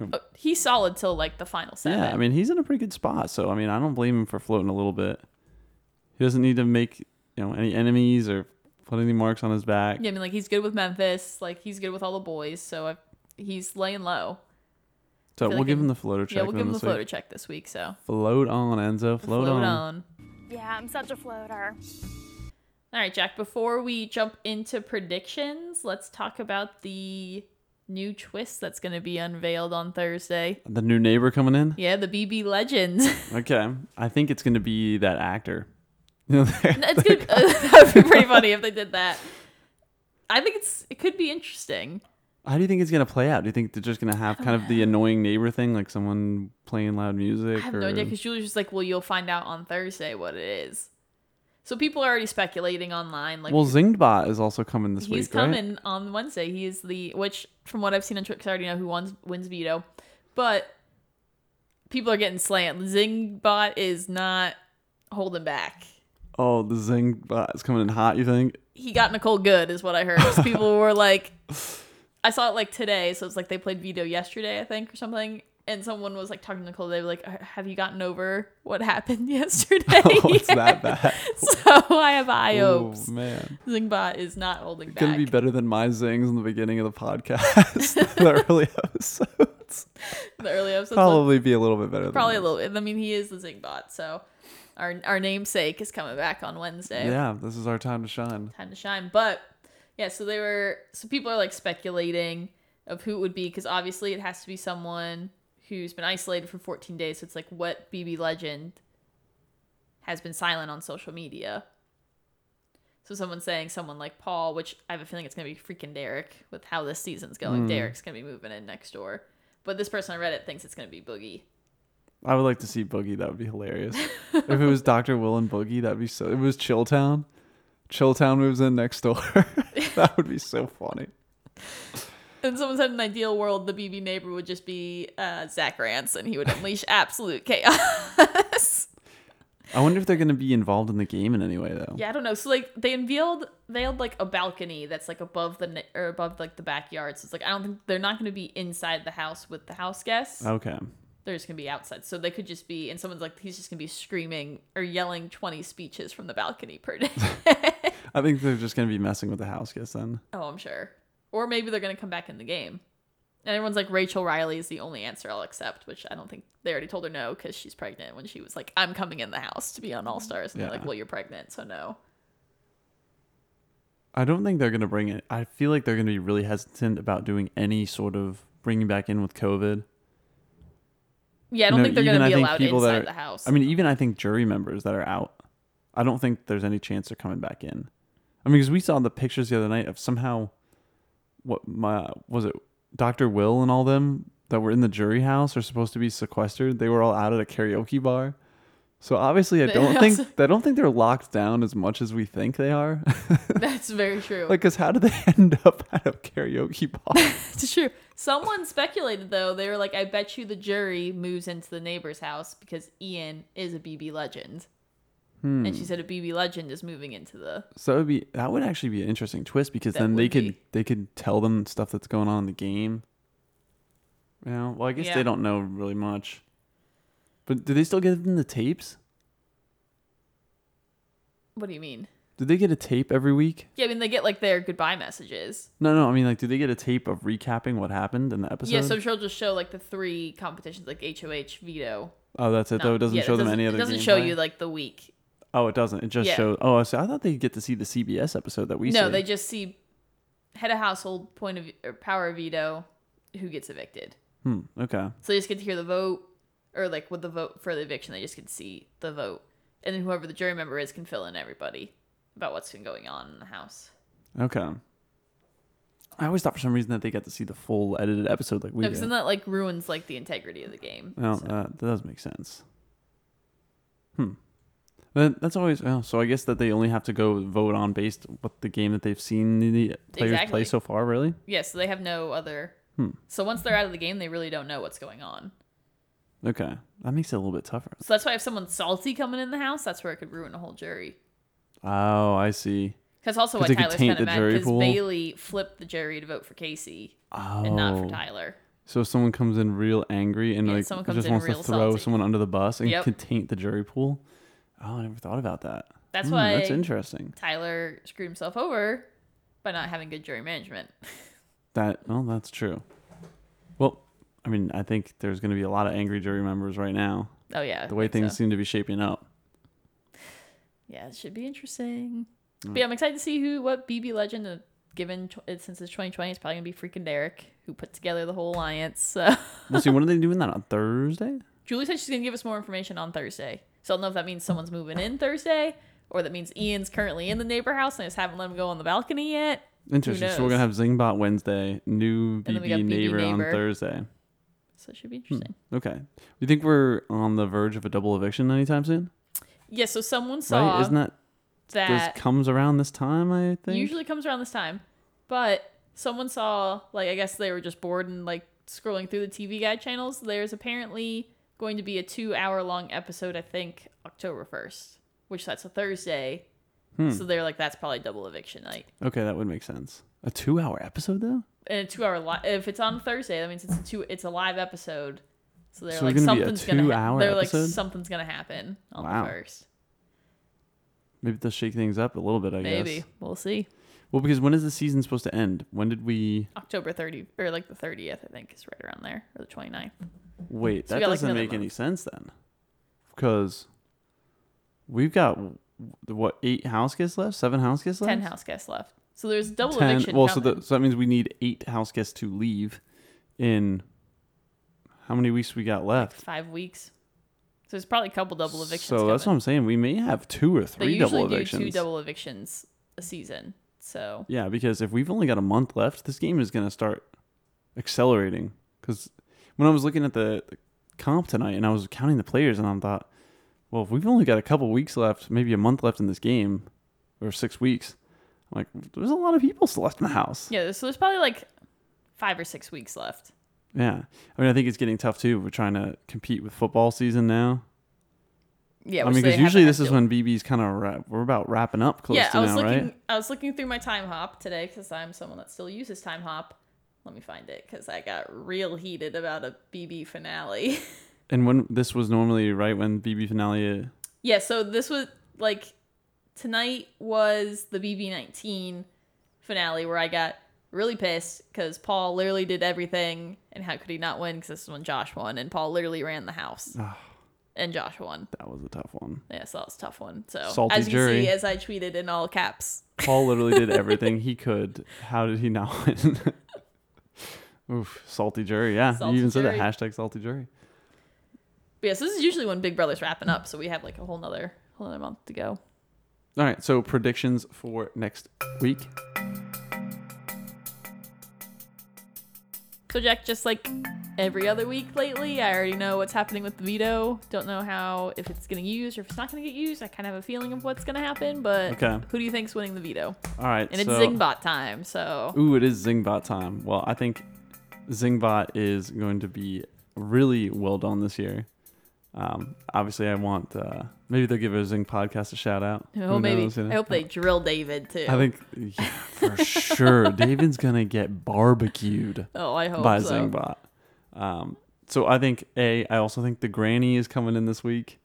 S2: Oh, He's solid till like the final seven.
S1: Yeah, I mean, he's in a pretty good spot. So, I mean, I don't blame him for floating a little bit. He doesn't need to make, you know, any enemies or put any marks on his back.
S2: Yeah, I mean, like he's good with Memphis. Like he's good with all the boys. So I, he's laying low.
S1: so,
S2: feel
S1: we'll
S2: like
S1: give
S2: in-
S1: him the floater check.
S2: yeah, we'll
S1: then
S2: give him the
S1: this week.
S2: floater check this week. So
S1: Float on, Enzo. Float, on.
S3: Yeah, I'm such a floater.
S2: All right, Jack. Before we jump into predictions, let's talk about the new twist that's going to be unveiled on Thursday.
S1: The new neighbor coming in?
S2: Yeah, the BB Legends.
S1: Okay. I think it's going to be that actor You know, they're-
S2: It's good. that would be pretty funny if they did that. I think it's it could be interesting.
S1: How do you think it's gonna play out? Do you think they're just gonna have kind of the annoying neighbor thing, like someone playing loud music?
S2: I have
S1: or...
S2: no idea because Julie's just like, well, you'll find out on Thursday what it is. So people are already speculating online. Like
S1: well, Zingdbot is also coming this
S2: he's
S1: week, right?
S2: coming on Wednesday. He is the which from what I've seen on Twitch, I already know who wins, wins veto, but people are getting slammed. Zingbot is not holding back.
S1: Oh, the Zingbot is coming in hot. You think?
S2: He got Nicole Good, is what I heard. 'Cause people were like, I saw it like today, so it's like they played veto yesterday, I think, or something. And someone was like talking to Nicole. They were like, "Have you gotten over what happened yesterday?"
S1: Oh, it's that bad.
S2: So I have high
S1: oh
S2: hopes.
S1: man,
S2: Zingbot is not holding
S1: it's gonna
S2: back.
S1: be better than my zings in the beginning of the podcast. the early episodes
S2: the early episodes look
S1: probably be a little bit better. than
S2: probably a
S1: those.
S2: little bit. I mean, he is the Zingbot, so our our namesake is coming back on Wednesday.
S1: Yeah, this is our time to shine.
S2: Time to shine. But yeah, so they were so people are like speculating of who it would be because obviously it has to be someone who's been isolated for 14 days. So it's like what BB legend has been silent on social media. So someone's saying someone like Paul, which I have a feeling it's gonna be freaking Derek with how this season's going. Derek's gonna be moving in next door. But this person on Reddit thinks it's gonna be Boogie.
S1: I would like to see Boogie. That would be hilarious. if it was Doctor Will and Boogie, that'd be so. If it was Chilltown. Chilltown moves in next door. that would be so funny.
S2: And someone said in an ideal world, the BB neighbor would just be uh, Zach Rance and he would unleash absolute chaos.
S1: I wonder if they're going to be involved in the game in any way, though.
S2: yeah, I don't know. So like they unveiled veiled like a balcony that's like above the ne- or above like the backyard. So it's like I don't think they're not going to be inside the house with the house guests.
S1: Okay.
S2: They're just going to be outside. So they could just be and someone's like he's just going to be screaming or yelling twenty speeches from the balcony per day.
S1: I think they're just going to be messing with the house guess then.
S2: oh, I'm sure. Or maybe they're going to come back in the game. And everyone's like, Rachel Riley is the only answer I'll accept, which I don't think they already told her no because she's pregnant when she was like, I'm coming in the house to be on All Stars. And they're
S1: Yeah.
S2: like, well, you're pregnant, so no.
S1: I don't think they're going to bring it. I feel like they're going to be really hesitant about doing any sort of bringing back in with COVID.
S2: Yeah, I don't
S1: No,
S2: think they're going
S1: even
S2: to
S1: I
S2: be
S1: think
S2: allowed
S1: people that
S2: inside
S1: are-
S2: the house.
S1: I mean, even I think jury members that are out, I don't think there's any chance they're coming back in. I mean, because we saw the pictures the other night of somehow, what my was it, Doctor Will and all them that were in the jury house are supposed to be sequestered. They were all out at a karaoke bar, so obviously I
S2: They
S1: don't
S2: also-
S1: think I don't think they're locked down as much as we think they are.
S2: that's very true.
S1: like, cause how did they end up at a karaoke bar?
S2: it's true. Someone speculated, though, they were like, I bet you the jury moves into the neighbor's house because Ian is a BB legend.
S1: Hmm.
S2: And she said a BB legend is moving into the.
S1: so it'd be that would actually be an interesting twist because
S2: That
S1: then they
S2: would
S1: could
S2: be.
S1: they could tell them stuff that's going on in the game. You know, well, I guess
S2: Yeah.
S1: they don't know really much. But do they still give them the tapes?
S2: What do you mean?
S1: Do they get a tape every week?
S2: Yeah, I mean, they get like their goodbye messages.
S1: No, no. I mean, like, do they get a tape of recapping what happened in the episode?
S2: Yeah, so she'll just show like the three competitions, like HOH, veto.
S1: oh, that's it. though it doesn't
S2: yeah,
S1: show them any
S2: it
S1: other.
S2: doesn't show
S1: gameplay?
S2: you like the week.
S1: oh, it doesn't. It just
S2: Yeah.
S1: shows. Oh, so I thought they get to see the CBS episode that we.
S2: no,
S1: see.
S2: they just see head of household, point of or power of veto, who gets evicted.
S1: Hmm, okay.
S2: So they just get to hear the vote, or like with the vote for the eviction, they just can see the vote, and then whoever the jury member is can fill in everybody about what's been going on in the house.
S1: Okay. I always thought for some reason that they got to see the full edited episode like we Oh.
S2: No,
S1: did.
S2: because then that like ruins like the integrity of the game.
S1: Well,
S2: so.
S1: that, that does make sense. Hmm. That, that's always well, so. I guess that they only have to go vote on based what the game that they've seen the players
S2: Exactly.
S1: play so far. Really?
S2: Yeah, so they have no other.
S1: Hmm.
S2: So once they're out of the game, they really don't know what's going on.
S1: Okay, that makes it a little bit tougher.
S2: So that's why if someone's salty coming in the house, that's where it could ruin a whole jury.
S1: Oh, I see.
S2: That's also
S1: 'Cause
S2: why
S1: it could
S2: Tyler's
S1: taint
S2: kind
S1: the
S2: of
S1: jury
S2: mad because
S1: pool.
S2: Bailey flipped the jury to vote for Casey
S1: Oh,
S2: and not for Tyler.
S1: so if someone comes in real angry and
S2: Yeah,
S1: like
S2: someone comes
S1: just
S2: in
S1: wants to
S2: real
S1: throw
S2: salty.
S1: someone under the bus and
S2: Yep.
S1: can taint the jury pool. Oh, I never thought about that.
S2: That's
S1: Hmm,
S2: why
S1: That's interesting.
S2: Tyler screwed himself over by not having good jury management.
S1: That well, that's true. Well, I mean, I think there's going to be a lot of angry jury members right now.
S2: oh yeah, I
S1: The way
S2: think so.
S1: things seem to be shaping up.
S2: Yeah, it should be interesting.
S1: Hmm.
S2: But yeah, I'm excited to see who what BB legend. Uh, given tw- it since it's 2020, it's probably gonna be freaking Derek who put together the whole alliance. So.
S1: We'll see. When are they doing that on Thursday?
S2: Julie said she's gonna give us more information on Thursday. So I don't know if that means someone's moving in Thursday or that means Ian's currently in the neighbor house and I just haven't let him go on the balcony yet.
S1: Interesting. So we're
S2: knows?
S1: gonna have Zingbot Wednesday, new
S2: then
S1: BB,
S2: we got BB
S1: neighbor, on
S2: neighbor.
S1: Thursday.
S2: So it should be
S1: Hmm.
S2: interesting.
S1: Okay. Do you think we're on the verge of a double eviction anytime soon?
S2: Yeah, so someone saw
S1: right? Isn't that
S2: that
S1: this comes around this time? I think.
S2: usually comes around this time, but someone saw like I guess they were just bored and like scrolling through the TV guide channels. There's apparently going to be a two-hour-long episode. I think October first, which that's a Thursday.
S1: Hmm.
S2: So they're like, that's probably double eviction night.
S1: Okay, that would make sense. A two-hour episode though.
S2: and a two hour li- if it's on Thursday, that means it's a two it's a live episode. So they're
S1: So
S2: like
S1: it's gonna be a
S2: something's gonna ha-
S1: two-hour
S2: they're
S1: episode?
S2: like something's gonna happen on
S1: Wow.
S2: the first.
S1: Maybe they'll shake things up a little bit. I
S2: Maybe.
S1: guess.
S2: We'll see.
S1: Well, because when is the season supposed to end? When did we
S2: October 30 or like the 30th, I think is right around there or the 29th.
S1: wait?
S2: So
S1: that
S2: we got, like,
S1: doesn't
S2: another
S1: make any
S2: month.
S1: sense then, because we've got what eight house guests left? Seven house guests left?
S2: 10 house guests left. So there's double
S1: Ten.
S2: eviction.
S1: Well, so,
S2: coming.
S1: the, so that means we need eight house guests to leave. In how many weeks we got left?
S2: 5 weeks. So there's probably a couple double evictions.
S1: So that's what
S2: coming.
S1: I'm saying. We may have two or
S2: They
S1: three
S2: usually
S1: double
S2: do
S1: evictions.
S2: two double evictions a season. So
S1: Yeah, because if we've only got a month left, this game is going to start accelerating. Because when I was looking at the, the comp tonight and I was counting the players, and I thought, well, if we've only got a couple weeks left, maybe a month left in this game, or six weeks, I'm like, there's a lot of people still left in the house. Yeah.
S2: yeah, so there's probably like 5 or 6 weeks left.
S1: I mean, I think it's getting tough too. We're trying to compete with football season now.
S2: Yeah,
S1: I
S2: which
S1: mean,
S2: they
S1: because
S2: haven't
S1: usually
S2: had
S1: this is
S2: to.
S1: when BB's kind of ra- we're about wrapping up close to
S2: I was
S1: now,
S2: looking.
S1: right?
S2: I was looking through my time hop today because I'm someone that still uses time hop. Let me find it because I got real heated about a BB finale.
S1: And when this was normally right when BB finale
S2: yeah, so this was like tonight was the BB19 finale where I got really pissed because Paul literally did everything and how could he not win? Because this is when Josh won and Paul literally ran the house and Josh won.
S1: that was a tough one.
S2: Yeah, so that was a tough one. So
S1: Salty
S2: as you
S1: jury.
S2: see, as I tweeted in all caps,
S1: Paul literally did everything he could. How did he not win? Oof, salty jury. Yeah,
S2: Salty
S1: you even said that
S2: jury.
S1: hashtag salty jury.
S2: But yeah, so this is usually when Big Brother's wrapping up, so we have like a whole nother whole nother month to go.
S1: All right, so predictions for next week.
S2: So Jack, just like every other week lately, I already know what's happening with the veto. Don't know how if it's getting used or if it's not gonna get used. I kind of have a feeling of what's gonna happen, but
S1: Okay.
S2: who do you think's winning the veto?
S1: All right,
S2: And it's
S1: so-
S2: Zingbot time, so
S1: Ooh, it is Zingbot time. Well, I think Zingbot is going to be really well done this year. Um, obviously, I want uh, maybe they'll give a Zing podcast a shout out.
S2: oh
S1: Who
S2: maybe
S1: knows, you know?
S2: I hope they drill David too.
S1: I think yeah, for sure, David's gonna get barbecued.
S2: oh, I hope
S1: by
S2: so.
S1: Zingbot. Um, so I think a. I also think the granny is coming in this week,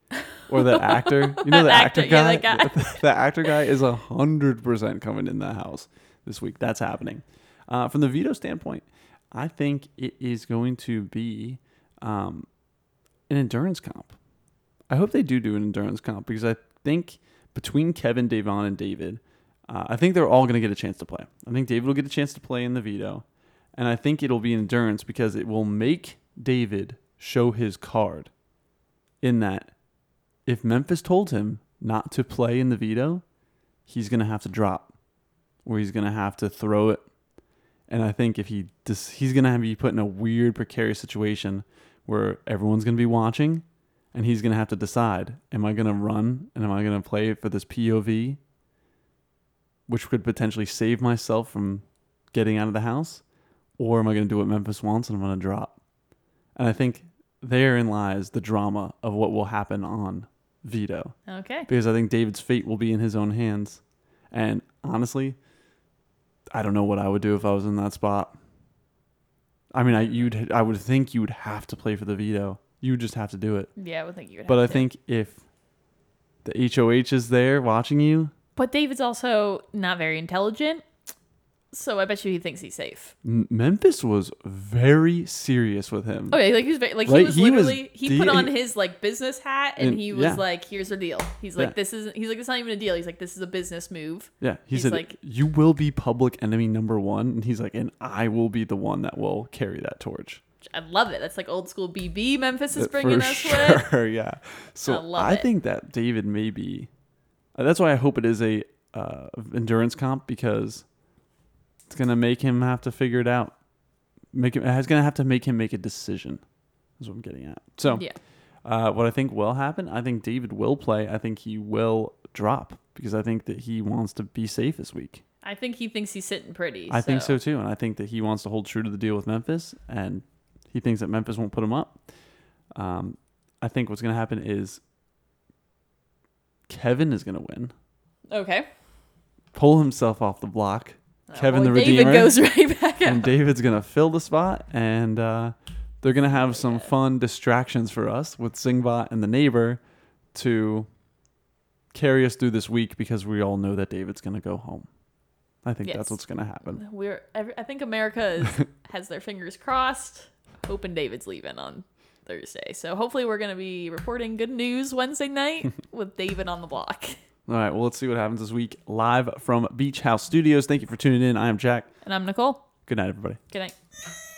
S1: or the actor. You know the actor,
S2: Actor,
S1: guy.
S2: yeah, that guy.
S1: the actor guy is a hundred percent coming in the house this week. That's happening. Uh, from the veto standpoint, I think it is going to be um, an endurance comp. I hope they do do an endurance comp because I think between Kevin, Davon, and David, uh, I think they're all going to get a chance to play. I think David will get a chance to play in the veto, and I think it'll be endurance because it will make David show his card. In that, if Memphis told him not to play in the veto, he's going to have to drop, or he's going to have to throw it. And I think if he dis- he's going to be put in a weird, precarious situation where everyone's going to be watching and he's going to have to decide am I going to run and am I going to play for this POV which could potentially save myself from getting out of the house or am I going to do what Memphis wants and I'm going to drop and I think therein lies the drama of what will happen on veto
S2: Okay.
S1: because I think David's fate will be in his own hands and honestly I don't know what I would do if I was in that spot I mean I you'd I would think you would have to play for the veto you would just have to do it
S2: Yeah, I would think you would
S1: but I
S2: have to.
S1: think if the HOH is there watching you,
S2: But David's also not very intelligent. So I bet you he thinks he's safe.
S1: M- Memphis was very serious with him.
S2: Okay, like he was very, like
S1: Right,
S2: he was
S1: he was
S2: literally he
S1: de-
S2: put on his like business hat and
S1: And-
S2: he was
S1: yeah.
S2: like, "Here's the deal." He's like,
S1: Yeah.
S2: "This isn't." He's like, "It's not even a deal." He's like, "This is a business move."
S1: Yeah, he
S2: He's
S1: said,
S2: like-
S1: "You will be public enemy number one," and he's like, "And I will be the one that will carry that torch."
S2: I love it. That's like old school BB. Memphis is
S1: Uh,
S2: bringing
S1: for
S2: us with.
S1: sure, yeah. So
S2: I love
S1: I,
S2: it.
S1: think that David may be Uh, that's why I hope it is a uh, endurance comp because it's gonna make him have to figure it out. Make him. It's gonna have to make him make a decision. Is what I'm getting at. So
S2: Yeah.
S1: uh, what I think will happen, I think David will play. I think he will drop because I think that he wants to be safe this week.
S2: I think he thinks he's sitting pretty.
S1: I think so too, and I think that he wants to hold true to the deal with Memphis, and he thinks that Memphis won't put him up. Um, I think what's going to happen is Kevin is going to win,
S2: Okay. Oh,
S1: pull himself off the block. Kevin
S2: Well,
S1: the
S2: David
S1: Redeemer,
S2: goes right back
S1: and
S2: out.
S1: David's going to fill the spot, and uh, they're going to have some fun distractions for us with Singbot and the neighbor to carry us through this week because we all know that David's going to go home. I think
S2: Yes.
S1: that's what's going to happen.
S2: We're. every- I think America is, has their fingers crossed, hoping David's leaving on Thursday. So hopefully we're gonna be reporting good news Wednesday night with David on the block.
S1: All right, well, let's see what happens this week live from Beach House Studios. Thank you for tuning in. I am Jack.
S2: And I'm Nicole.
S1: Good night, everybody.
S2: Good night.